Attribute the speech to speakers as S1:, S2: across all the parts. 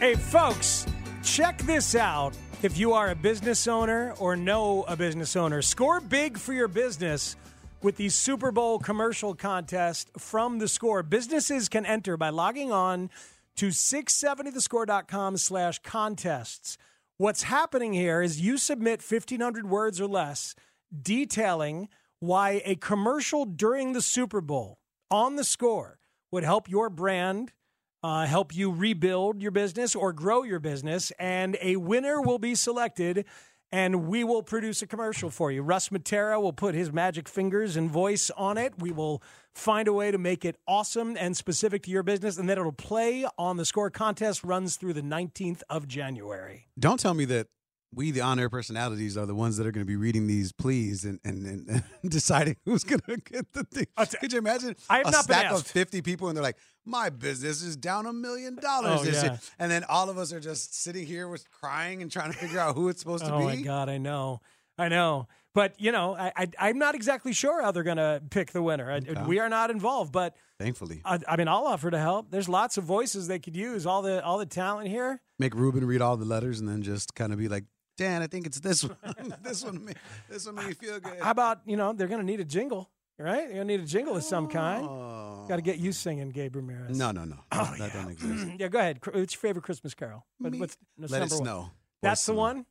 S1: Hey, folks, check this out. If you are a business owner or know a business owner, score big for your business with the Super Bowl commercial contest from the score. Businesses can enter by logging on to 670thescore.com slash contests. What's happening here is you submit 1,500 words or less detailing why a commercial during the Super Bowl on the score would help your brand uh, help you rebuild your business or grow your business. And a winner will be selected, and we will produce a commercial for you. Russ Matera will put his magic fingers and voice on it. We will find a way to make it awesome and specific to your business, and then it'll play on the score contest, runs through the 19th of January.
S2: Don't tell me that we, the on-air personalities, are the ones that are going to be reading these pleas and and, and deciding who's going to get the thing.
S1: Uh, t-
S2: Could you imagine
S1: I have
S2: a
S1: not been
S2: stack of
S1: asked.
S2: fifty people and they're like, "My business is down a million dollars
S1: Oh,
S2: this
S1: yeah.
S2: year," and then all of us are just sitting here with crying and trying to figure out who it's supposed to
S1: oh
S2: be.
S1: my god, I know, I know. But you know, I, I I'm not exactly sure how they're going to pick the winner. I, We are not involved, but
S2: Thankfully,
S1: I, I mean, I'll offer to help. There's lots of voices they could use. All the all the talent here.
S2: make Ruben read all the letters and then just kind of be like, "Dan, I think it's this one. this one, made, this one made me feel good."
S1: How about you know they're going to need a jingle, right? They're going to need a jingle of some kind.
S2: Oh.
S1: Got to get you singing, Gabe Ramirez.
S2: No, no, no. that that don't exist.
S1: Oh, yeah, go ahead. Cr- What's your favorite Christmas carol? What-
S2: Me-
S1: what's- what's
S2: Let it
S1: number one?
S2: snow. Or
S1: That's the
S2: snow.
S1: one.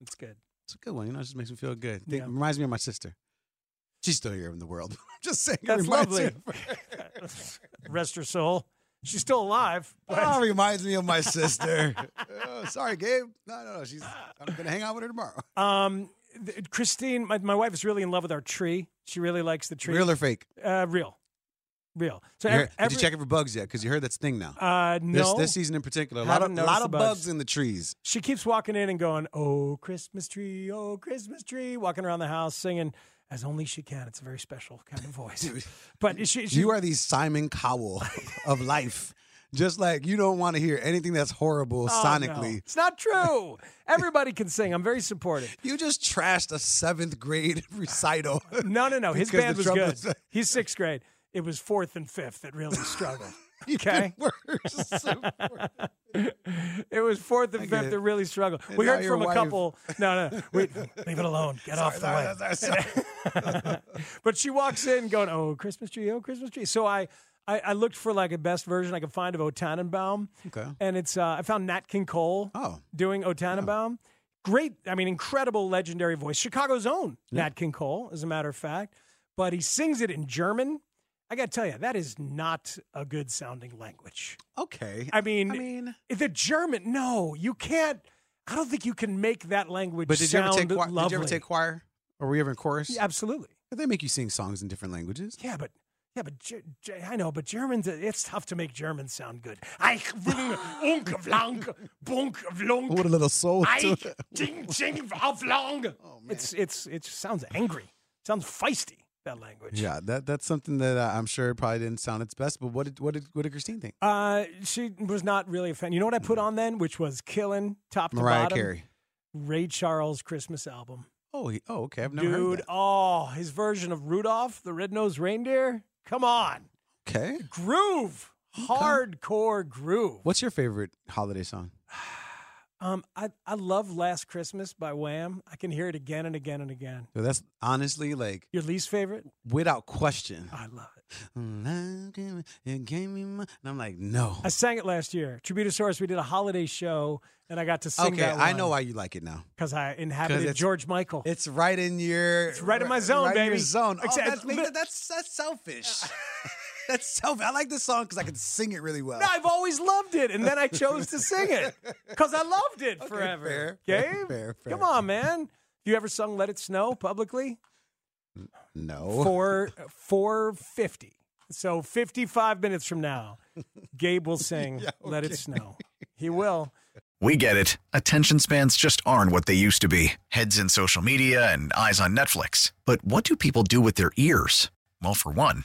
S1: It's good.
S2: It's a good one. You know, it just makes me feel good. It
S1: Yeah.
S2: reminds me of my sister. She's still here in the world. I'm just saying. it
S1: That's
S2: reminds
S1: lovely.
S2: Me of her.
S1: Rest her soul. She's still alive.
S2: oh, reminds me of my sister. Oh, sorry, Gabe. No, no, no. She's. I'm gonna hang out with her tomorrow.
S1: Um, th- Christine, my, my wife is really in love with our tree. She really likes the tree.
S2: Real or fake?
S1: Uh, real, real. So
S2: You
S1: every,
S2: heard- did you check it for bugs yet? Because you heard that's thing now.
S1: Uh,
S2: This,
S1: no.
S2: this season in particular, a lot of,
S1: Haven't
S2: lot
S1: noticed
S2: of
S1: the
S2: bugs.
S1: bugs.
S2: in the trees.
S1: she keeps walking in and going, "Oh Christmas tree, oh Christmas tree," walking around the house singing as only she can. It's a very special kind of voice. but she, she
S2: You are the Simon Cowell of life. Just like you don't want to hear anything that's horrible
S1: Oh, no.
S2: sonically.
S1: It's not true. Everybody can sing. I'm very supportive.
S2: You just trashed a seventh grade recital.
S1: No, no, no. His
S2: Because
S1: band
S2: the
S1: was good.
S2: trumpets-
S1: He's sixth grade. It was fourth and fifth that really struggled. okay.
S2: Worse.
S1: It was fourth and
S2: get
S1: fifth
S2: it.
S1: that really struggled.
S2: And
S1: We
S2: now
S1: heard
S2: your
S1: from a
S2: wife-
S1: couple. No, no, wait, leave it alone. Get off the way.
S2: Sorry, sorry, sorry.
S1: But she walks in going, "Oh, Christmas tree! Oh, Christmas tree!" So I, I, I looked for like a best version I could find of O Tannenbaum,
S2: Okay.
S1: and it's uh, I found Nat King Cole
S2: Oh.
S1: doing O Tannenbaum. Great, I mean, incredible, legendary voice, Chicago's own Nat King Cole, as a matter of fact. But he sings it in German. I got to tell you, that is not a good sounding language.
S2: Okay.
S1: I mean,
S2: I mean-
S1: the German. No, you can't. I don't think you can make that language.
S2: but did you, ever
S1: sound
S2: take choir,
S1: lovely.
S2: did you ever take choir? Or were you ever in chorus?
S1: Yeah, absolutely.
S2: They make you sing songs in different languages.
S1: Yeah, but yeah, but Ge- Ge- I know, but Germans. uh, It's tough to make Germans sound good. I will unk vlank bunk vlunk.
S2: What a little soul to
S1: I
S2: it.
S1: ding ding auf lang.
S2: Oh,
S1: it's it's it sounds angry. sounds feisty. That language.
S2: Yeah, that, that's something that uh, I'm sure probably didn't sound its best. But what did what did, what did Christine think?
S1: Uh, she was not really a fan. You know what I put on then, which was killing top to
S2: Mariah
S1: bottom.
S2: Carey.
S1: Ray Charles Christmas album.
S2: Oh, he, oh, okay. I've never
S1: Dude,
S2: heard
S1: oh, his version of Rudolph the Red-Nosed Reindeer. Come on.
S2: that. Okay.
S1: Groove. Hardcore groove.
S2: What's your favorite holiday song?
S1: Um, I, I love Last Christmas by Wham. I can hear it again and again and again.
S2: So that's honestly like
S1: Your least favorite?
S2: without question.
S1: I love it.
S2: You gave me my, and I'm like, no.
S1: I sang it last year. Tributosaurus, we did a holiday show and I got to sing
S2: Okay,
S1: that
S2: I know why you like it now.
S1: Because I
S2: 'Cause
S1: inhabited
S2: it's-
S1: George Michael.
S2: It's right in your. It's
S1: right in my zone,
S2: right In your
S1: baby.
S2: zone. Oh,
S1: Except-
S2: that's, maybe that's that's selfish. that's selfish. I like this song because I can sing it really well.
S1: No, I've always loved it, and then I chose to sing it because I loved it forever.
S2: fair,
S1: Gabe?
S2: fair, fair, fair.
S1: Come on, man. You ever sung "Let It Snow" publicly?
S2: no.
S1: Four, four fifty. So fifty-five minutes from now, Gabe will sing "Let It Snow." He will.
S3: We get it. Attention spans just aren't what they used to be heads in social media and eyes on Netflix. But what do people do with their ears? Well, for one,